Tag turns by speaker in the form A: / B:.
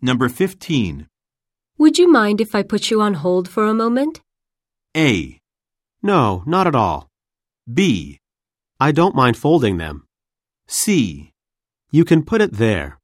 A: Number 15.
B: Would you mind if I put you on hold for a moment?
A: A.
C: No, not at all.
A: B.
C: I don't mind folding them.
A: C.
C: You can put it there.